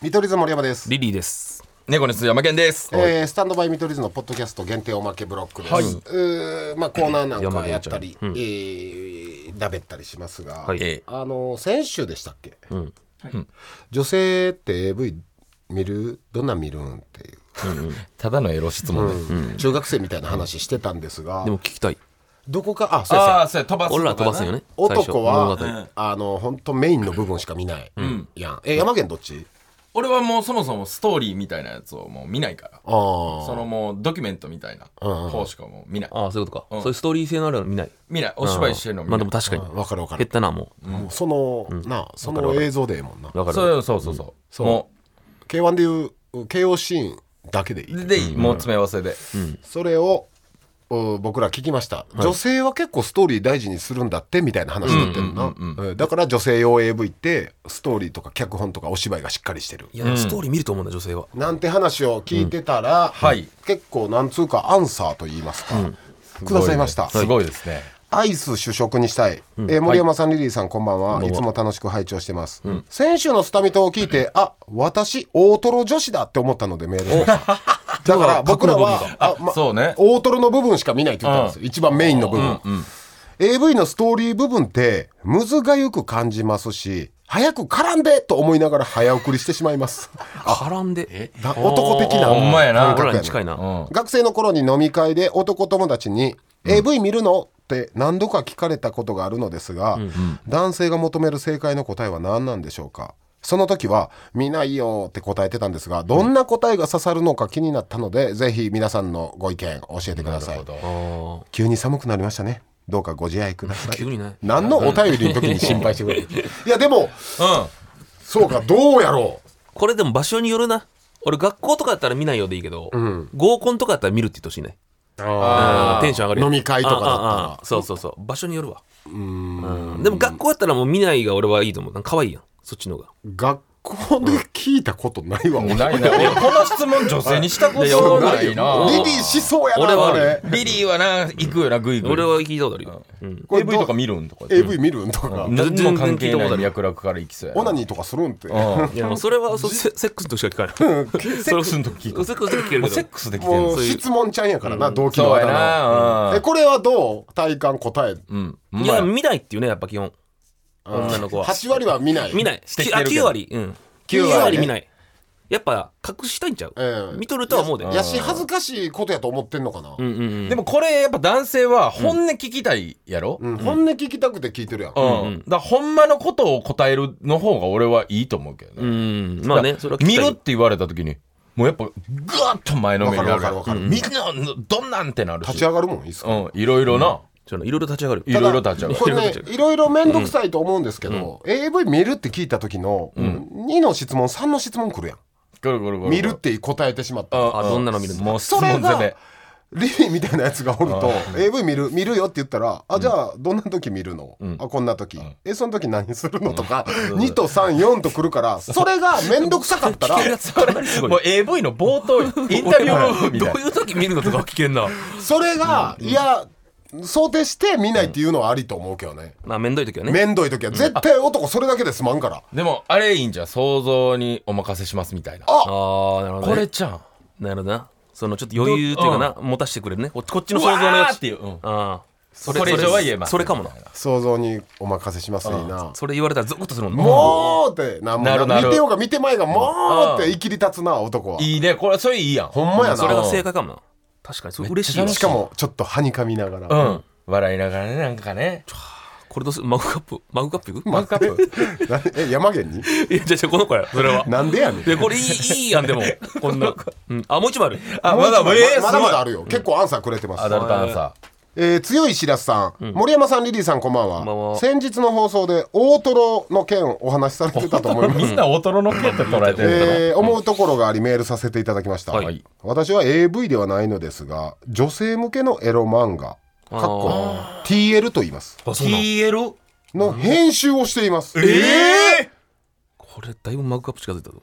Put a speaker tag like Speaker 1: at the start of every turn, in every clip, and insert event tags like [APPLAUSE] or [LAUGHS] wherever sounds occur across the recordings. Speaker 1: 見取り図森山です、
Speaker 2: リリーです。
Speaker 3: 猫の山健です。
Speaker 1: えースタンドバイ見取り図のポッドキャスト限定おまけブロックです、
Speaker 3: はいう
Speaker 1: ーまあ、コーナーなんかやったり、えーだべったりしますが、
Speaker 2: はい
Speaker 3: え
Speaker 1: あの先週でしたっけ、うん女性って AV 見るどんなん見るんっていう、
Speaker 3: ただのエロ質問で。
Speaker 1: 中学生みたいな話してたんですが
Speaker 2: でも聞きたい。
Speaker 1: どこかあそうです
Speaker 3: ああ、そうや、飛ばす。
Speaker 2: 俺ら飛ばすんよ
Speaker 3: ね。
Speaker 2: ね。
Speaker 1: 男は、
Speaker 2: 最初物語
Speaker 1: あの本当メインの部分しか見ない、やんえ山県どっち
Speaker 3: 俺はもうそもそもストーリーみたいなやつをもう見ないか
Speaker 1: あ
Speaker 3: ら。
Speaker 1: あ
Speaker 3: そのもうドキュメントみたいな方しかもう見ない。
Speaker 2: ああ、そういうことか。そういうストーリー性のあるの見ない。
Speaker 3: 見ない。お芝居してるの
Speaker 2: ま
Speaker 3: 見
Speaker 2: あで
Speaker 3: ない
Speaker 2: も。確かに。
Speaker 1: わかるわか
Speaker 2: 減っ
Speaker 1: る、
Speaker 2: たな、も
Speaker 1: もうその、なあその映像でええもんな
Speaker 2: う。わかる。
Speaker 3: そうそうそうそう。も
Speaker 1: K1 でいう KO シーンだけでいい、
Speaker 3: う、で、もう詰め合わせで。
Speaker 1: それをう僕ら聞きました、女性は結構ストーリー大事にするんだってみたいな話になってるな、うんだから女性用 AV ってストーリーとか脚本とかお芝居がしっかりしてる
Speaker 2: いや、ストーリー見ると思うんだ、女性は。
Speaker 1: なんて話を聞いてたら、
Speaker 3: はい
Speaker 1: 結構なんつうかアンサーと言いますか、くださいました、
Speaker 3: すごいですね。
Speaker 1: アイス主食にしたい、えー森山さん、リリーさんこんばんはいつも楽しく拝聴してます、先週のスタミトを聞いてあ私大トロ女子だって思ったのでメールしました [LAUGHS] だから僕らはあ、ま
Speaker 3: そうね
Speaker 1: 大トロの部分しか見ないって言ったんですよ、一番メインの部分、AV のストーリー部分ってむずがゆく感じますし早く絡んでと思いながら早送りしてしまい [LAUGHS] ます
Speaker 2: 絡んで。
Speaker 1: だ男的な
Speaker 3: ほんまやな
Speaker 1: 感
Speaker 2: 俺
Speaker 1: 覚
Speaker 2: ら
Speaker 1: や
Speaker 2: に
Speaker 1: ね
Speaker 2: 近いな。
Speaker 1: 学生の頃に飲み会で男友達に「AV 見るの?」って何度か聞かれたことがあるのですが、男性が求める正解の答えは何なんでしょうかその時は「見ないよ」って答えてたんですがどんな答えが刺さるのか気になったのでぜひ皆さんのご意見教えてください急に寒くなりましたねどうかご自愛ください
Speaker 2: 急にね
Speaker 1: 何のお便りの時に心配して
Speaker 2: [LAUGHS]
Speaker 1: くれるいやでも
Speaker 3: うん。
Speaker 1: そうかどうやろう
Speaker 2: これでも場所によるな。俺、学校とかやったら見ないようでいいけど、合コンとかやったら見るって言ってほしいね。うんテンション上がるよ
Speaker 1: 飲み会とかだったら
Speaker 2: ああああそうそうそう場所によるわうんでも学校やったらもう見ないが俺はいいと思うなんか可愛いやんそっちの方が
Speaker 1: 学校で聞いたことないわ、俺
Speaker 3: [LAUGHS] ないな。俺この質問女性にしたことないな。
Speaker 1: リリーしそうやな
Speaker 2: 俺は
Speaker 1: あれ
Speaker 3: リリーはな、行くよな、グイグイ。
Speaker 2: 俺は聞いたことあるよ、うん、
Speaker 1: これ
Speaker 3: AV とか見るんとか。
Speaker 1: AV 見るんとか、
Speaker 3: 全然関係
Speaker 2: 全然聞いたこ
Speaker 3: な
Speaker 2: と
Speaker 3: い
Speaker 2: ない
Speaker 3: 脈絡から行きそうや
Speaker 1: オナ
Speaker 3: な。
Speaker 1: ニーとかするんって、
Speaker 3: うん
Speaker 2: いやもうそれはそうセセックスの時しか聞かない
Speaker 3: セックスの時聞
Speaker 2: セックスの時聞ける
Speaker 3: も
Speaker 2: け
Speaker 3: うセッ
Speaker 2: ど
Speaker 3: クスできてん
Speaker 1: も
Speaker 3: の
Speaker 1: う
Speaker 2: ういう
Speaker 1: 質問ちゃんやからな、同期の
Speaker 3: そうや
Speaker 1: 間
Speaker 3: な。うん
Speaker 1: のえこれはどう体感答え、
Speaker 3: うん。
Speaker 2: いや見ないっていうねやっぱ基本女の子は
Speaker 1: 8割は見ない
Speaker 2: 見ない
Speaker 3: してき
Speaker 2: あ
Speaker 3: てるけど
Speaker 2: 9割うん
Speaker 1: 九
Speaker 2: 9
Speaker 1: 割
Speaker 2: 割見ないやっぱ隠したいんちゃう、
Speaker 1: ええ
Speaker 2: 見とるとは思うで
Speaker 1: いやし恥ずかしいことやと思ってんのかな、
Speaker 2: うんうんうん
Speaker 3: でもこれやっぱ男性は本音聞きたいやろ、う
Speaker 1: うんん本音聞きたくて聞いてるやん、
Speaker 3: だからほんまのことを答えるの方が俺はいいと思うけどね、
Speaker 2: うんまあねそれは聞き
Speaker 3: 見
Speaker 2: たい
Speaker 3: るって言われた時にもうやっぱグワッと前のめりになるやん
Speaker 1: わかるわかるわかる
Speaker 3: うんみんなどんなんってなる
Speaker 1: 立ち
Speaker 3: し、
Speaker 1: 上がるもんいいっすか
Speaker 3: うん、いろいろな、
Speaker 2: ちょっといろいろ立ち上がる
Speaker 3: いろいろ立ち上がる
Speaker 1: これ
Speaker 2: いろい
Speaker 1: ね
Speaker 2: ろ立ち上が
Speaker 1: いろいろ面倒くさいと思うんですけど、AV 見るって聞いた時の、2の質問3の質問来るやん
Speaker 3: ゴロゴロゴロ
Speaker 1: 見るって答えてしまったら
Speaker 3: あ
Speaker 2: あどんなの見るの
Speaker 3: もう質
Speaker 1: それ
Speaker 3: 問攻
Speaker 1: が
Speaker 3: め
Speaker 1: リリーみたいなやつがおると AV 見る見るよって言ったら「あじゃあどんな時見るの、あこんな時、えその時何するの?」とか、2と34とくるからそれが面倒くさかったら
Speaker 2: かなりすごい
Speaker 3: もう AV の冒頭インタビューみたい
Speaker 2: ど
Speaker 3: な
Speaker 2: ういう時見るのとかは聞けんな
Speaker 1: それが、いや想定して見ないっていうのはありと思うけどね
Speaker 2: まあめんどい時はね
Speaker 1: 面倒い時は絶対男それだけですまんから、
Speaker 3: でもあれいいんじゃん想像にお任せしますみたいな
Speaker 1: あ
Speaker 2: ああなるほど、ね、
Speaker 3: これちゃん
Speaker 2: なるほどなそのちょっと余裕というかな、持たしてくれるねここっちの想像の
Speaker 3: うわ
Speaker 2: や
Speaker 3: ー
Speaker 2: つ
Speaker 3: っていう、うん
Speaker 2: ああそ
Speaker 3: これ以上は言えば
Speaker 2: それかもな
Speaker 1: 想像にお任せしますいいな。
Speaker 2: それ言われたらゾクッとするもんな
Speaker 1: もうってなもう
Speaker 3: なるなる
Speaker 1: 見てようが見てまいがもうっていきり立つな男はい
Speaker 3: いねこれそれいいやん
Speaker 1: ほんまやな
Speaker 2: それが正解かもな確かにそれ嬉しいよ
Speaker 3: めっ
Speaker 1: しかもちょっとはにかみながら、
Speaker 3: うん笑いながらねなんかね
Speaker 2: これどうするマグカップマグカップいく
Speaker 3: マグ
Speaker 1: [LAUGHS]
Speaker 3: カップ
Speaker 1: なえ山源に
Speaker 2: いやじゃあじゃあこの子やそれは
Speaker 1: なんでやねん
Speaker 2: いやこれいいいいやんでもこんな、うん、あもう一枚ある
Speaker 3: あ、まだ、
Speaker 1: ま
Speaker 3: えー、
Speaker 1: まだまだあ
Speaker 3: る。
Speaker 1: るよ。結構アンサーくれてます
Speaker 3: ア。ダルトアンサ
Speaker 1: えー強いしらすさん、森山さん、リリーさん、こんばん
Speaker 2: んばん
Speaker 1: は。
Speaker 2: は
Speaker 1: 先日の放送で大トロの件お話しされてたと思い
Speaker 3: ー。 [LAUGHS]
Speaker 1: ま
Speaker 3: み
Speaker 1: す。
Speaker 3: んな大トロの件と捉えてるから。
Speaker 1: えー思うところがありメールさせていただきました、
Speaker 2: はい
Speaker 1: 私は AV ではないのですが女性向けのエロ漫画かっこ TL と言います
Speaker 2: あそうなん
Speaker 3: TL?
Speaker 1: の編集をしています
Speaker 3: ええ
Speaker 2: これだいぶマグカップ近づいたぞ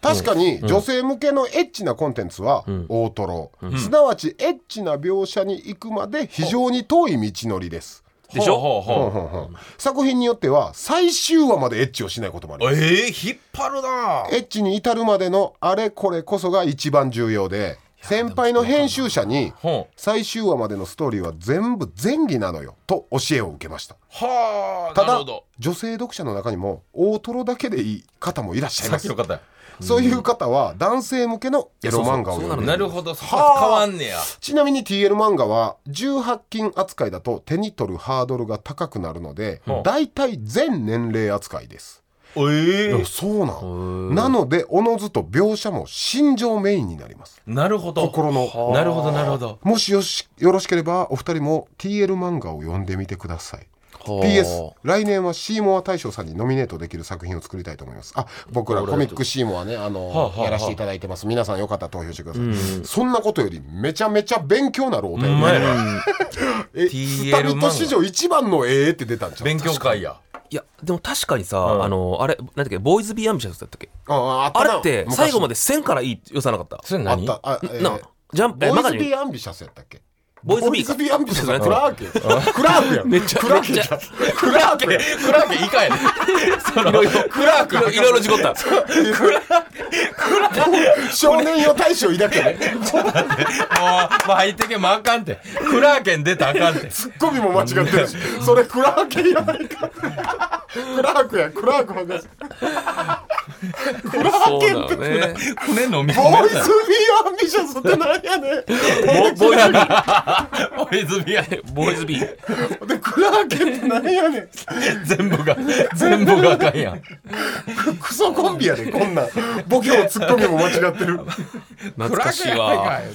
Speaker 1: 確かに女性向けのエッチなコンテンツは大トロ、すなわちエッチな描写に行くまで非常に遠い道のりです、
Speaker 2: でしょ
Speaker 3: ほうほうほ
Speaker 1: ほ
Speaker 3: う
Speaker 1: んほんほん作品によっては最終話までエッチをしないこともあります
Speaker 3: ええ引っ張るな
Speaker 1: エッチに至るまでのあれこれこそが一番重要で先輩の編集者に
Speaker 3: ほう
Speaker 1: 最終話までのストーリーは全部前義なのよと教えを受けました
Speaker 3: はあ
Speaker 1: た
Speaker 3: なる
Speaker 1: だ
Speaker 3: ほど
Speaker 1: 女性読者の中にも大トロだけでいい方もいらっしゃい
Speaker 3: さ
Speaker 1: ま
Speaker 3: っき
Speaker 1: す
Speaker 3: の方や
Speaker 1: そういう方は男性向けのエロ漫画を
Speaker 2: そうそうそう
Speaker 1: 読
Speaker 2: な
Speaker 1: む
Speaker 2: んだ
Speaker 3: なるほど変わんねや
Speaker 1: ちなみに TL 漫画は18禁扱いだと手に取るハードルが高くなるので、
Speaker 3: うん
Speaker 1: 大体全年齢扱いです、
Speaker 3: ええ
Speaker 1: いやそうな
Speaker 2: へ
Speaker 1: ん
Speaker 2: ー
Speaker 1: なのでおのずと描写も心情メインになります
Speaker 3: なるほど
Speaker 1: 心の
Speaker 3: なるほどなるほど
Speaker 1: もしよしよろしければお二人も TL 漫画を読んでみてください
Speaker 2: ほう
Speaker 1: PS 来年はシーモア大賞さんにノミネートできる作品を作りたいと思いますあ僕らコミックシーモアねあの、
Speaker 3: はあはあはあ
Speaker 1: やらせていただいてます皆さんよかったら投票してください、そんなことよりめちゃめちゃ勉強なるお便り、
Speaker 3: ほんまやな
Speaker 1: え
Speaker 3: TL
Speaker 1: 二人と史上一番のええって出たんちゃう
Speaker 3: 勉強会や
Speaker 2: いやでも確かにさ、
Speaker 3: うん
Speaker 2: あのあれなんだっけボーイズ・ビー・アンビシャスだったっけ
Speaker 1: あああった
Speaker 2: あ
Speaker 1: な
Speaker 2: れって
Speaker 1: 昔
Speaker 2: 最後まで線からいいって言さなかった
Speaker 3: それ
Speaker 1: あ
Speaker 3: 何
Speaker 1: ったあ、えー
Speaker 2: なジャンプえ
Speaker 1: ボ
Speaker 2: マ
Speaker 1: ー
Speaker 2: ガ
Speaker 1: イズ
Speaker 2: ジ
Speaker 1: ビ
Speaker 2: ン
Speaker 1: ーアンビシャスやったっけ
Speaker 2: ボーイズビー
Speaker 1: ボ
Speaker 2: か
Speaker 1: ーイビーアンビシャスや
Speaker 2: うん
Speaker 1: クラーケクラーケや
Speaker 2: めっちゃ
Speaker 1: クラーケ
Speaker 2: めっ
Speaker 1: や
Speaker 2: ちゃ
Speaker 1: クラー
Speaker 2: [LAUGHS]
Speaker 1: ケや
Speaker 3: クラーケ以下やねそのクラーク
Speaker 2: いろいろ事故った
Speaker 1: 少年よ大賞抱けね
Speaker 3: もう、もう入ってけもあかんて。クラーケン出たらあかんて。
Speaker 1: ツッコミも間違ってるしそれクラーケやないかクラークやクラーク博士
Speaker 2: クラーケンってね
Speaker 3: 船飲み込
Speaker 1: ボーイ
Speaker 3: め
Speaker 1: ズビ
Speaker 3: た
Speaker 1: ーアンビシャスってなんやね
Speaker 2: ボボーイズビー
Speaker 3: ボーイズビアで
Speaker 2: ボーイズビー
Speaker 1: んでクラーケってなんやねん
Speaker 3: 全部が、全部があかんやん。
Speaker 1: クソコンビやでこんなんボケもツッコミも間違ってる
Speaker 2: 懐かしい
Speaker 3: クラ
Speaker 2: わ
Speaker 3: ーケン以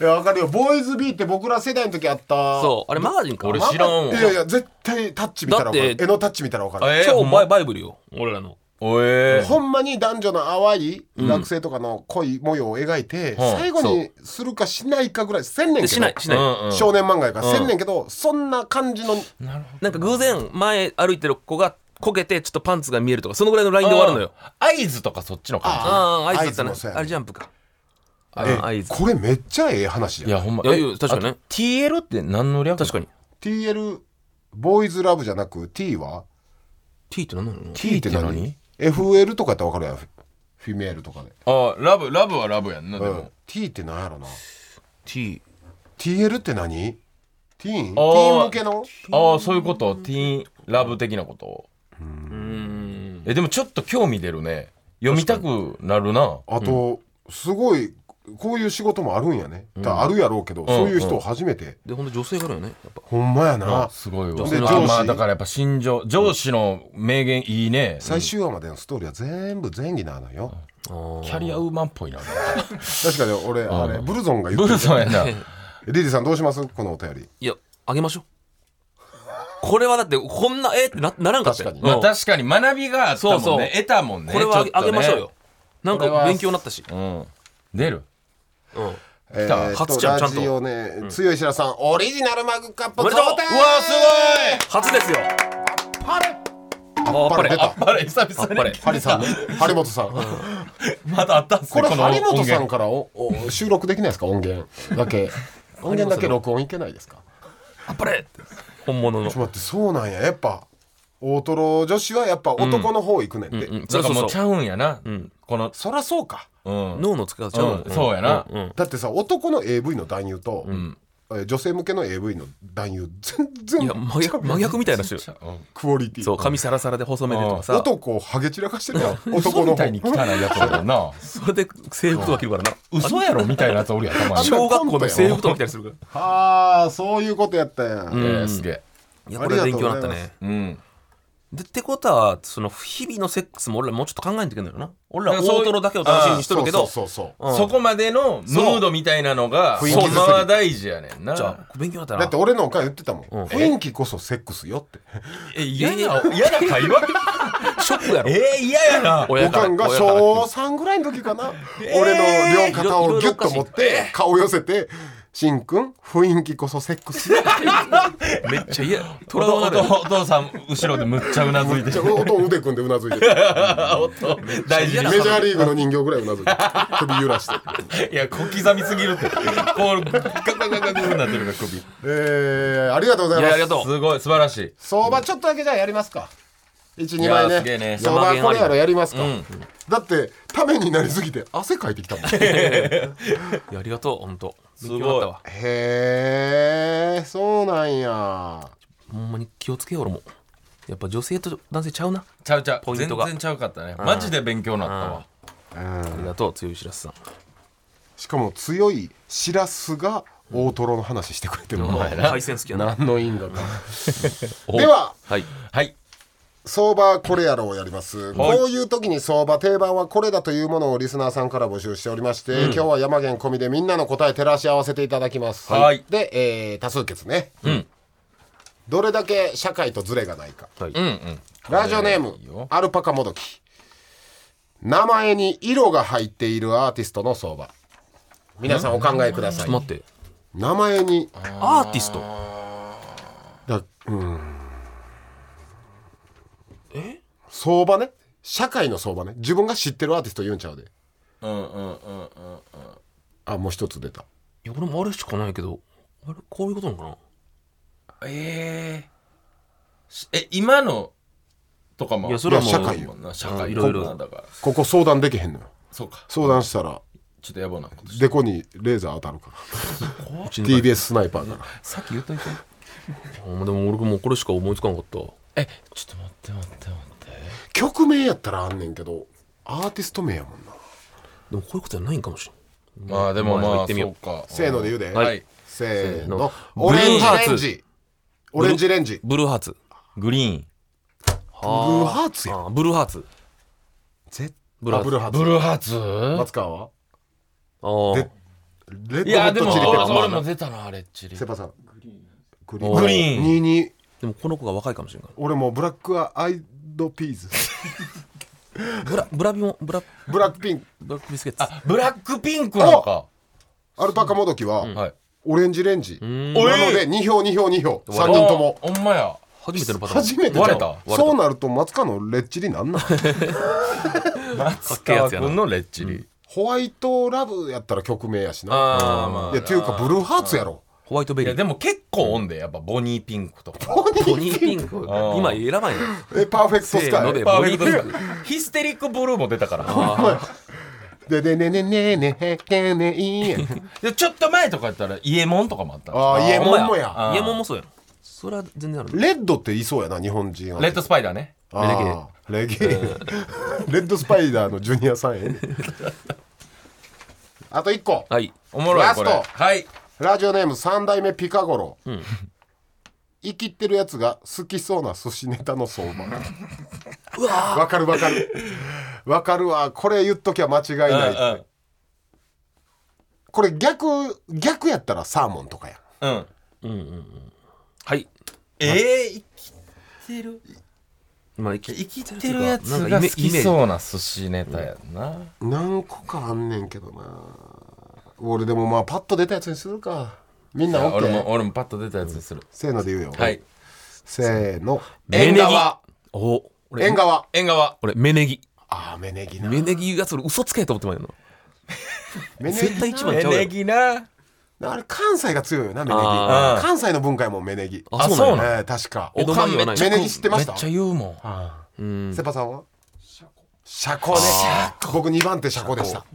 Speaker 1: いやわかるよボーイズビーって僕ら世代の時あった
Speaker 2: そうあれマガジンか
Speaker 3: 俺知らんわ
Speaker 1: いやいや絶対タッチ見たら分か
Speaker 2: だ
Speaker 1: る
Speaker 2: って
Speaker 1: 絵のタッチ見たら分か
Speaker 3: 下
Speaker 1: る
Speaker 3: や。えー、
Speaker 2: 超
Speaker 3: ほんま
Speaker 2: バイバイブルよ俺らの
Speaker 3: おえー
Speaker 1: ほんまに男女の淡い学生とかの恋模様を描いて、最後にするかしないかぐらいせんねん
Speaker 2: で
Speaker 1: けど
Speaker 2: しないし
Speaker 3: う
Speaker 2: ない、
Speaker 3: んうん。
Speaker 1: 少年漫画やからせんねんけど、そんな感じの
Speaker 2: なんか偶然前歩いてる子がこけてちょっとパンツが見えるとかそのぐらいのラインで終わるのよ
Speaker 3: 合図とかそっちの感
Speaker 2: ああ合図だ
Speaker 1: 合
Speaker 2: っ
Speaker 1: 図もそ
Speaker 2: た
Speaker 1: うや
Speaker 2: ね
Speaker 1: ね
Speaker 2: あれジャンプかあ
Speaker 1: え
Speaker 2: ー合図
Speaker 1: これめっちゃええ話
Speaker 3: じ。い
Speaker 1: やん
Speaker 3: や、ほんま。
Speaker 2: いや
Speaker 3: え
Speaker 2: いや確かにね
Speaker 3: あと TL って何の略
Speaker 2: 確かに
Speaker 1: TL ボーイズラブじゃなく T は
Speaker 2: T って何なの
Speaker 1: T って何
Speaker 3: って
Speaker 1: FL とかやったら分かるやんフィフィメールとかで、
Speaker 3: あラブ、ラブはラブやんな、で
Speaker 1: う
Speaker 3: も
Speaker 1: ん。、T って何やろな
Speaker 2: T
Speaker 1: TL って何ティーンティ
Speaker 3: あー
Speaker 1: ーン向けの
Speaker 3: ああ、そういうこと。ティーン、ラブ的なこと。
Speaker 2: うん
Speaker 3: え、でもちょっと興味出るね。読みたくなるな。
Speaker 1: あと、すごいこういう仕事もあるんやね、だあるやろうけど、そういう人を初めて、
Speaker 2: でほんと女性からよねやっぱ
Speaker 1: ほんまやな、
Speaker 3: すごいわ。
Speaker 1: 女性の
Speaker 3: あ
Speaker 1: 上司
Speaker 3: まあだからやっぱ心情、上司の名言いいね。
Speaker 1: 最終話までのストーリーは全部前義なのよ、
Speaker 3: キャリアウーマンっぽいな。
Speaker 1: 確かに俺あれブルゾンが言
Speaker 3: [LAUGHS] ブ
Speaker 1: って
Speaker 3: ルゾンやな。
Speaker 1: リリーさんどうしますこのお便り
Speaker 2: いやあげましょうこれはだってこんなえーってなならんかったよ
Speaker 1: 確かに
Speaker 3: まあ
Speaker 2: うん
Speaker 3: 確かに学びがあったもんね。
Speaker 2: そうそう
Speaker 3: 得たもんね。
Speaker 2: これは
Speaker 3: ちょっと
Speaker 2: あ
Speaker 3: ね
Speaker 2: げましょうよ。なんか
Speaker 3: これは
Speaker 2: 勉強になったし
Speaker 3: うん。出る
Speaker 2: うん
Speaker 1: え
Speaker 3: た
Speaker 1: ーっ
Speaker 2: 初
Speaker 1: と
Speaker 2: ちゃん
Speaker 1: ラジオね強い白さんオリジナルマグカップ
Speaker 2: おめでとう
Speaker 1: 贈呈
Speaker 2: う
Speaker 3: わあす
Speaker 2: 初ですよ
Speaker 1: パレ
Speaker 2: あ
Speaker 1: あっぱれ出
Speaker 3: ごいあったぱれ、久々に。
Speaker 2: あっぱれ
Speaker 1: ハリさんね張本さん [LAUGHS] こ
Speaker 3: まだあったんすね、
Speaker 1: れ
Speaker 3: この
Speaker 1: 張
Speaker 3: 音
Speaker 1: 本さん
Speaker 3: 源。
Speaker 1: からおお収録できないですか音源だけ音源だけ録音いけないですか
Speaker 2: あっぱれって本物
Speaker 1: ちょ
Speaker 2: の
Speaker 1: っと待ってそうなんややっぱ大トロ女子はやっぱ男の方行くねんって、
Speaker 2: うん
Speaker 3: な
Speaker 2: そ
Speaker 3: ん
Speaker 2: う
Speaker 3: か
Speaker 2: そう
Speaker 3: も
Speaker 2: そうう
Speaker 3: ちゃうんやな。この、
Speaker 1: そらそうか
Speaker 3: うん。
Speaker 2: 脳の使うちゃう
Speaker 3: うんそうやな
Speaker 2: うんうん
Speaker 1: だってさ男の AV の男優と、えー女性向けの AV の男優
Speaker 2: い
Speaker 1: 全
Speaker 2: や
Speaker 1: 然
Speaker 2: 真逆真逆みたいな人よ
Speaker 3: うん
Speaker 1: クオリティ
Speaker 2: そう髪サラサラで細めでとかさ
Speaker 1: 男をハゲ散らかしてるやん
Speaker 3: 嘘
Speaker 1: 男の
Speaker 3: みた
Speaker 1: 方
Speaker 3: いに汚いやつおるよな。
Speaker 2: それで制服とか着るからな
Speaker 3: 嘘やろみたいなやつおるやん、たま [LAUGHS] に。
Speaker 2: 小学校の制服とか着たりするから
Speaker 1: はあそういうことやったやん、
Speaker 3: えーすげえ。
Speaker 2: いやこれは勉強になっ
Speaker 1: あ
Speaker 2: た
Speaker 1: りが
Speaker 2: ね
Speaker 3: うん。
Speaker 2: でってことはその日々のセックスも俺らもうちょっと考えないといけないよな俺ら
Speaker 3: だからそう
Speaker 2: 大トロだけを楽しみにしとるけ
Speaker 1: そ
Speaker 2: ど
Speaker 1: うそうそうそう
Speaker 2: うん
Speaker 3: そこまでのムードみたいなのが、
Speaker 1: そう
Speaker 3: ほ
Speaker 1: 雰囲気作り
Speaker 3: んまは大事やねんな。
Speaker 2: じゃあ勉強になったな
Speaker 1: だって俺のおかん言ってたもん、
Speaker 2: うん
Speaker 1: 雰囲気こそセックスよって
Speaker 3: え、嫌な、嫌な会話
Speaker 2: ショックやろ
Speaker 3: えー、嫌やな。
Speaker 1: お
Speaker 2: 親から
Speaker 1: かんが
Speaker 2: 親から
Speaker 1: 小3ぐらいの時かな、俺の両肩をギュッと持って顔寄せてしんくん雰囲気こそセックス
Speaker 2: めっちゃ嫌ト
Speaker 3: お
Speaker 2: ラウマ
Speaker 3: 父
Speaker 2: だよ
Speaker 3: お父さん後ろでむっちゃうなずいて
Speaker 1: じゃ
Speaker 3: る
Speaker 1: あ音腕組んでうなずいてる
Speaker 3: 大事に
Speaker 1: メジャーリーグの人形ぐらいうなずいてる首揺らして
Speaker 3: いや小刻みすぎるってこうガクガクガクガクになってるから首
Speaker 1: えー、ありがとうございます
Speaker 2: いやありがとう
Speaker 3: すごい素晴らしい
Speaker 1: 相場ちょっとだけじゃあやりますか12
Speaker 3: や
Speaker 1: 枚
Speaker 3: すげえ
Speaker 1: ね
Speaker 3: ね
Speaker 1: 相場これやろやりますか、
Speaker 3: うん
Speaker 1: だってためになりすぎて汗かいてきたもんへ
Speaker 2: いやありがとう本当
Speaker 3: すごい
Speaker 2: 勉強になったわ
Speaker 1: えそうなんや
Speaker 2: ほんまに気をつけよう俺もやっぱ女性と男性ちゃうな
Speaker 3: ちゃうちゃ
Speaker 2: ポ
Speaker 3: う
Speaker 2: イン
Speaker 3: 全
Speaker 2: トが
Speaker 3: 然ちゃうかったねマジで勉強になったわ
Speaker 2: ありがとう強いしらすさん
Speaker 1: しかも強いしらすが大トロの話してくれてるもんね
Speaker 2: 海鮮好きやな
Speaker 1: 何の因果かでは
Speaker 2: はい
Speaker 3: はい
Speaker 1: 相場これやろうやりますこういう時に相場定番はこれだというものをリスナーさんから募集しておりまして、今日は山源込みでみんなの答え照らし合わせていただきます
Speaker 3: はい
Speaker 1: で、えー多数決ね、
Speaker 3: ん
Speaker 1: どれだけ社会とズレがないか
Speaker 2: はい
Speaker 3: うんうん
Speaker 1: ラジオネーム
Speaker 3: いいよ
Speaker 1: アルパカもどき名前に色が入っているアーティストの相場皆さんお考えください
Speaker 2: 待って
Speaker 1: 名前に
Speaker 2: アーティスト
Speaker 1: だうん相場ね社会の相場ね自分が知ってるアーティスト言うんちゃうで
Speaker 3: うんうんうんうん
Speaker 1: あもう一つ出た
Speaker 2: いや俺もあれしかないけどあれこういうことなのかな
Speaker 3: ええしえ今のとかも
Speaker 2: いやそれはもう
Speaker 1: いや社会よ
Speaker 3: もんな社会
Speaker 2: いろいろ
Speaker 3: なんだから
Speaker 1: ここ相談できへんのよ
Speaker 3: そうか
Speaker 1: 相談したら
Speaker 3: ちょっとやばなこと
Speaker 1: デコにレーザー当たるから
Speaker 2: うちの会
Speaker 1: TBS スナイパーから
Speaker 3: さっき言っといて
Speaker 2: あーでも俺もうこれしか思いつかなかった
Speaker 3: えちょっと待って待って待って
Speaker 1: 曲名やったらあんねんけどアーティスト名やもんな
Speaker 2: でもこういうことじゃないんかもしれん
Speaker 3: まあでも
Speaker 2: お前
Speaker 3: ま
Speaker 2: 行
Speaker 3: あ
Speaker 2: ってみよ
Speaker 3: そうか
Speaker 1: せーので言うで、
Speaker 2: はい
Speaker 3: はい
Speaker 1: せーの
Speaker 2: せーの
Speaker 1: オレンジ
Speaker 2: ブルーハーツ
Speaker 1: レンジオレンジレンジ
Speaker 2: うブルーハーツ
Speaker 3: グリー
Speaker 2: ブ
Speaker 3: ン
Speaker 2: ル
Speaker 1: ブルーハーツやん
Speaker 2: あーブルーハーツ
Speaker 1: 絶
Speaker 2: ブルーハーツ
Speaker 1: あブルーハーツ
Speaker 3: ブルーハーツ
Speaker 1: 松川は
Speaker 2: あー
Speaker 1: でレッ
Speaker 3: い
Speaker 1: ドホ
Speaker 3: や
Speaker 1: ッ
Speaker 3: で
Speaker 1: ト
Speaker 3: も
Speaker 1: チリペ
Speaker 2: あ
Speaker 1: ッパ
Speaker 2: ー
Speaker 1: ー
Speaker 3: 俺も出たなあれチリ
Speaker 1: セパさんグリ
Speaker 2: おー
Speaker 3: グリーン
Speaker 1: 22
Speaker 2: でもこの子が若いかもしれんから
Speaker 1: 俺もブラックアイドピーズ
Speaker 2: ブラブラビもブラ
Speaker 1: ブラックピンク
Speaker 2: ブラックビスケッツ
Speaker 3: あブラックピンクなのか
Speaker 1: アルパカもどきは、
Speaker 3: はい
Speaker 1: オレンジレンジな
Speaker 2: ーん
Speaker 1: ので2票2票2票3人とも
Speaker 3: あほんまや
Speaker 2: 初めてのパターン
Speaker 1: 初めて
Speaker 3: 割れた
Speaker 2: た
Speaker 1: そうなると松川のレッチリなんなん
Speaker 3: 松
Speaker 2: けえや
Speaker 3: 川
Speaker 2: つやな
Speaker 3: 君のレッチリ
Speaker 1: ホワイトラブやったら曲名やしな
Speaker 3: ああま
Speaker 1: いやていうかブルーハーツやろ
Speaker 2: ホワイトベ
Speaker 3: い
Speaker 2: リ
Speaker 3: や
Speaker 2: ー
Speaker 3: でも結構おんでやっぱボニーピンクとか
Speaker 2: ポニーピンク
Speaker 3: あー
Speaker 2: 今選ばんやん
Speaker 1: えパーフェクトス
Speaker 2: せー
Speaker 1: カ
Speaker 2: の
Speaker 1: イ
Speaker 2: で
Speaker 3: パ
Speaker 2: ボ
Speaker 3: ー
Speaker 2: ニー
Speaker 3: フェ
Speaker 2: ピンク
Speaker 3: クト [LAUGHS] ヒステリックブルーも出たから
Speaker 1: ででねねねねへけねいいやん
Speaker 3: でちょっと前とかやったらイエモンとかもあった
Speaker 1: ああイエモンもや
Speaker 3: あー
Speaker 2: イエモンもそうやんそれは全然ある
Speaker 1: レッドっていそうやな日本人は
Speaker 3: レッドスパイダーね
Speaker 1: あーレゲエレッドスパイダーのジュニアさんやねあと1個
Speaker 2: はい
Speaker 3: おもろいこれ
Speaker 1: ラスト
Speaker 3: はい
Speaker 1: ラジオネーム三代目ピカゴロ、生きってるやつが好きそうな寿司ネタの相場わかるわかるわかるわこれ言っときゃ間違いない、
Speaker 3: うん
Speaker 1: これ逆逆やったらサーモンとかや
Speaker 3: うんうん
Speaker 2: はい
Speaker 3: ええ生きてる
Speaker 2: 今生
Speaker 3: 生きてるやつが好きそうな寿司ネタやんな
Speaker 1: 何個かあんねんけどな俺でもまあパッと出たやつにするかみんな
Speaker 3: 俺も
Speaker 1: OK
Speaker 3: 俺もパッと出たやつにする
Speaker 1: せーので言うよ、
Speaker 3: はい
Speaker 1: せーの
Speaker 3: メネギ
Speaker 2: お俺
Speaker 1: 縁側
Speaker 3: 縁側
Speaker 2: 俺メネギ
Speaker 1: あーメネギな
Speaker 2: メネギがそれ嘘つけと思ってまいるの
Speaker 1: メネ
Speaker 2: 絶対
Speaker 1: ギ
Speaker 2: 一番
Speaker 3: メ
Speaker 2: ちゃうや
Speaker 3: ネ
Speaker 2: ん
Speaker 3: ギな
Speaker 1: あれ関西が強いよなメネギ
Speaker 2: あ
Speaker 3: ー
Speaker 1: 関西の文化やもんメネギ
Speaker 2: あそうなんや
Speaker 1: えー確か
Speaker 2: 江戸前はない
Speaker 1: メネギ知ってました
Speaker 3: めっちゃ言うもん
Speaker 1: セパさんは車庫ね僕2番手車庫でした
Speaker 3: わ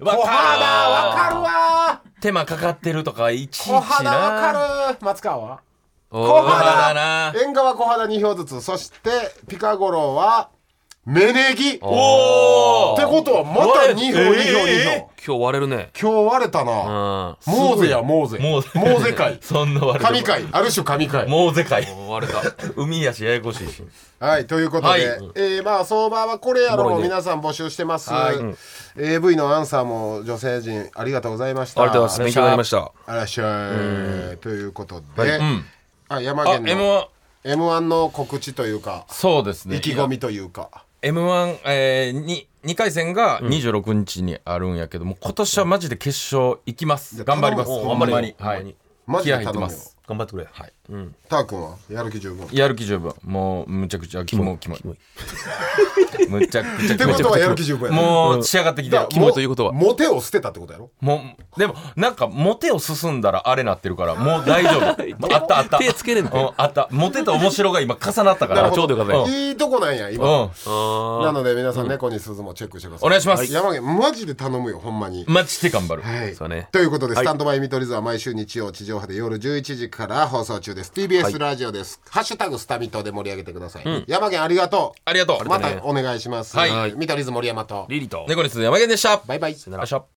Speaker 1: 小肌わかるわ
Speaker 3: 手間かかってるとかいちいちな
Speaker 1: 小肌わかる松川は
Speaker 2: お
Speaker 1: 小肌
Speaker 3: 小肌な
Speaker 1: 縁側小肌2票ずつそしてピカゴロはメネギってこ
Speaker 3: おお
Speaker 1: とはまた2票2票2票、
Speaker 3: え
Speaker 2: 今日割れるね
Speaker 1: 今日割れた
Speaker 2: う
Speaker 1: な、
Speaker 2: ん
Speaker 1: モーゼやモーゼ
Speaker 3: モーゼ
Speaker 1: モーゼ界
Speaker 3: [LAUGHS] そんな悪い
Speaker 1: [LAUGHS] 神界ある種神界
Speaker 3: もう世界
Speaker 2: 割れた
Speaker 3: 海やしややこしいし
Speaker 1: はい、ということで、
Speaker 3: はい
Speaker 1: えーまあ相場はこれやろ
Speaker 2: おもろ
Speaker 1: う
Speaker 2: いね
Speaker 1: 皆さん募集してます、
Speaker 3: はい
Speaker 1: AV のアンサーも女性陣ありがとうございました
Speaker 2: ありがとうございます。勉強になりました。
Speaker 1: あらっしゃいということで、あ山
Speaker 3: あ
Speaker 1: 源
Speaker 3: m
Speaker 1: の
Speaker 3: 1
Speaker 1: m 1の告知というか
Speaker 3: そうですね
Speaker 1: 意気込みというか
Speaker 3: いや M1、えーに2回戦が26日にあるんやけども、今年はマジで決勝行きます。頑張ります。
Speaker 1: いや
Speaker 2: 頼むほんまに
Speaker 3: は
Speaker 2: ほんま
Speaker 3: い
Speaker 2: に。
Speaker 1: マジ
Speaker 3: 気合
Speaker 1: で
Speaker 3: 入
Speaker 1: 頼
Speaker 3: って
Speaker 1: むよ
Speaker 3: ます。
Speaker 2: 頑張ってくれ。
Speaker 3: はい。
Speaker 2: うん。
Speaker 1: ター君はやる気十分
Speaker 3: やる気十分。もう、むちゃくちゃ、キモ、キモい。
Speaker 2: キモい
Speaker 3: [LAUGHS] むちゃくちゃ、
Speaker 1: ってことはやる気十分やね
Speaker 3: もう、仕上がってきてる
Speaker 1: だ。
Speaker 2: キモいということは
Speaker 1: もモテを捨てたってことやろ
Speaker 3: もう、でも、なんか、モテを進んだらあれなってるから、もう大丈夫。あったあった。
Speaker 2: 手つけれんの
Speaker 3: うんあった。モテと面白が今重なったか
Speaker 2: な
Speaker 3: ら。
Speaker 2: るほどちょうどよかったよ
Speaker 1: いいとこなんや
Speaker 3: う
Speaker 1: 今
Speaker 3: ん。
Speaker 2: あ
Speaker 1: なので皆さん猫に鈴もチェックしてください
Speaker 3: お願いします
Speaker 1: 山毛マジで頼むよほんまに
Speaker 3: マジで頑張る。
Speaker 1: はい
Speaker 2: そうね
Speaker 1: ということで、
Speaker 2: はい
Speaker 1: スタンドバイ見取り図は毎週日曜地上波で夜11時から放送中です TBS ラジオです、ハッシュタグスタミトで盛り上げてください、山毛ありがとう
Speaker 3: ありがとう。
Speaker 1: またお願いします、
Speaker 3: はい
Speaker 1: 見取り図森山と
Speaker 2: ー。リリと。
Speaker 3: 猫にすず山源でした。
Speaker 1: バイバイ
Speaker 2: な
Speaker 3: よいしょ。